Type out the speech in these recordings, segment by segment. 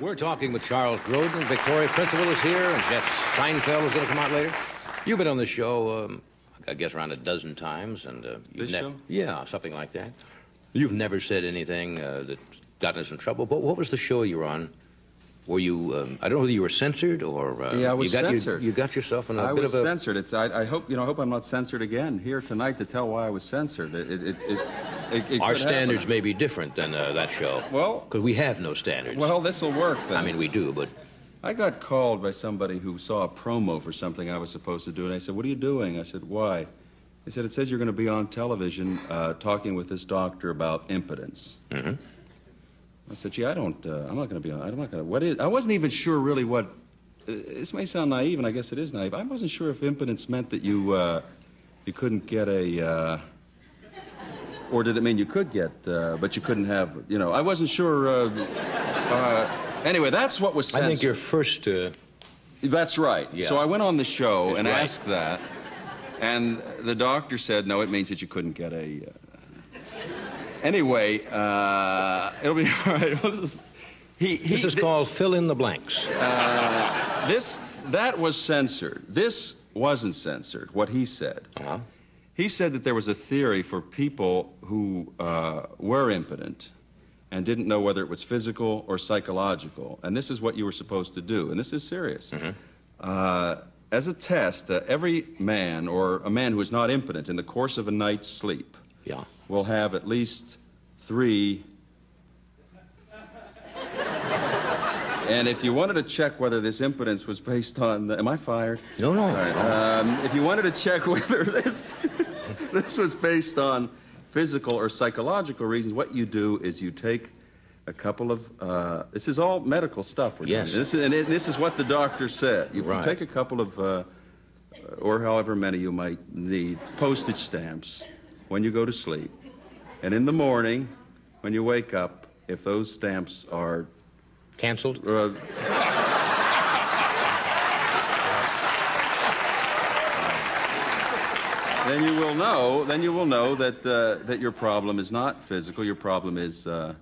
We're talking with Charles Grodin. Victoria Principal is here, and Jeff Seinfeld is going to come out later. You've been on the show, um, I guess, around a dozen times, and uh, you've This ne- show? yeah, something like that. You've never said anything uh, that's gotten us in trouble. But what was the show you were on? Were you? Um, I don't know whether you were censored or. Uh, Yeah, I was you got your- censored. you got yourself in a I bit was of a. censored. It's, I, I hope you know. I hope I'm not censored again here tonight to tell why I was censored. It, it, it, it, it, it Our could happen. standards may be different than uh, that show. Well- because we have no standards. Well, this will work. Then. I mean, we do, but I got called by somebody who saw a promo for something I was supposed to do, and I said, "What are you doing?" I said, "Why?" They said, "It says you're going to be on television uh, talking with this doctor about impotence." Mm-hmm. I said, "Gee, I don't. Uh, I'm not going to be on. I'm not going to. What is? I wasn't even sure really what. Uh, this may sound naive, and I guess it is naive. I wasn't sure if impotence meant that you uh, you couldn't get a." Uh, or did it mean you could get, uh, but you couldn't have? You know, I wasn't sure. Uh, uh, anyway, that's what was I censored. think your first. Uh, That's right. Yeah. So I went on the show That's and right. asked that, and the doctor said, "No, it means that you couldn't get a." Uh... Anyway, uh, it'll be all right. Well, this is, he, he, this is thi- called fill in the blanks. this that was censored. This wasn't censored. What he said. Uh-huh. He said that there was a theory for people who uh, were impotent and didn't know whether it was physical or psychological, and this is what you were supposed to do, and this is serious. Uh, as a test, uh, every man or a man who is not impotent in the course of a night's sleep Yeah. will have at least three. and if you wanted to check whether this impotence was based on, am I fired? No, no. All right. Um, if you wanted to check whether this this was based on physical or psychological reasons, what you do is you take a couple of. Uh, this is all medical stuff we're Yes. doing. This is, and it, this is what the doctor said. You, you Right. take a couple of, uh, or however many you might need, postage stamps when you go to sleep, and in the morning, when you wake up, if those stamps are Canceled. uh, then you will know. Then you will know that uh, that your problem is not physical. Your problem is uh,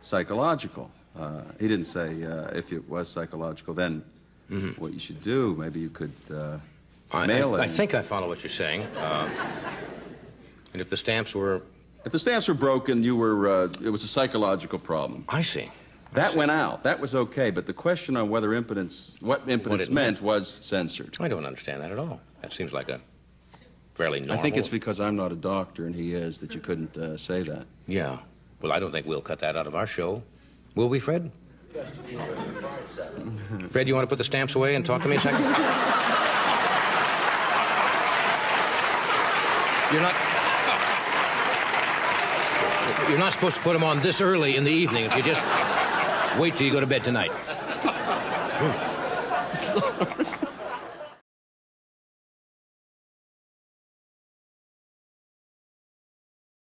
psychological. Uh, he didn't say uh, if it was psychological. Then what you should do? Maybe you could uh, I, mail I, it. I think I follow what you're saying. Um, and if the stamps were, if the stamps were broken, you were. Uh, it was a psychological problem. I see. That went out. That was okay. But the question on whether impotence, what impotence it meant, was censored. I don't understand that at all. That seems like a fairly normal. I think it's because I'm not a doctor and he is that you couldn't uh, say that. yeah. Well, I don't think we'll cut that out of our show, will we, Fred? Fred, you want to put the stamps away and talk to me a second? You're not. You're not supposed to put them on this early in the evening. If you just wait till you go to bed tonight.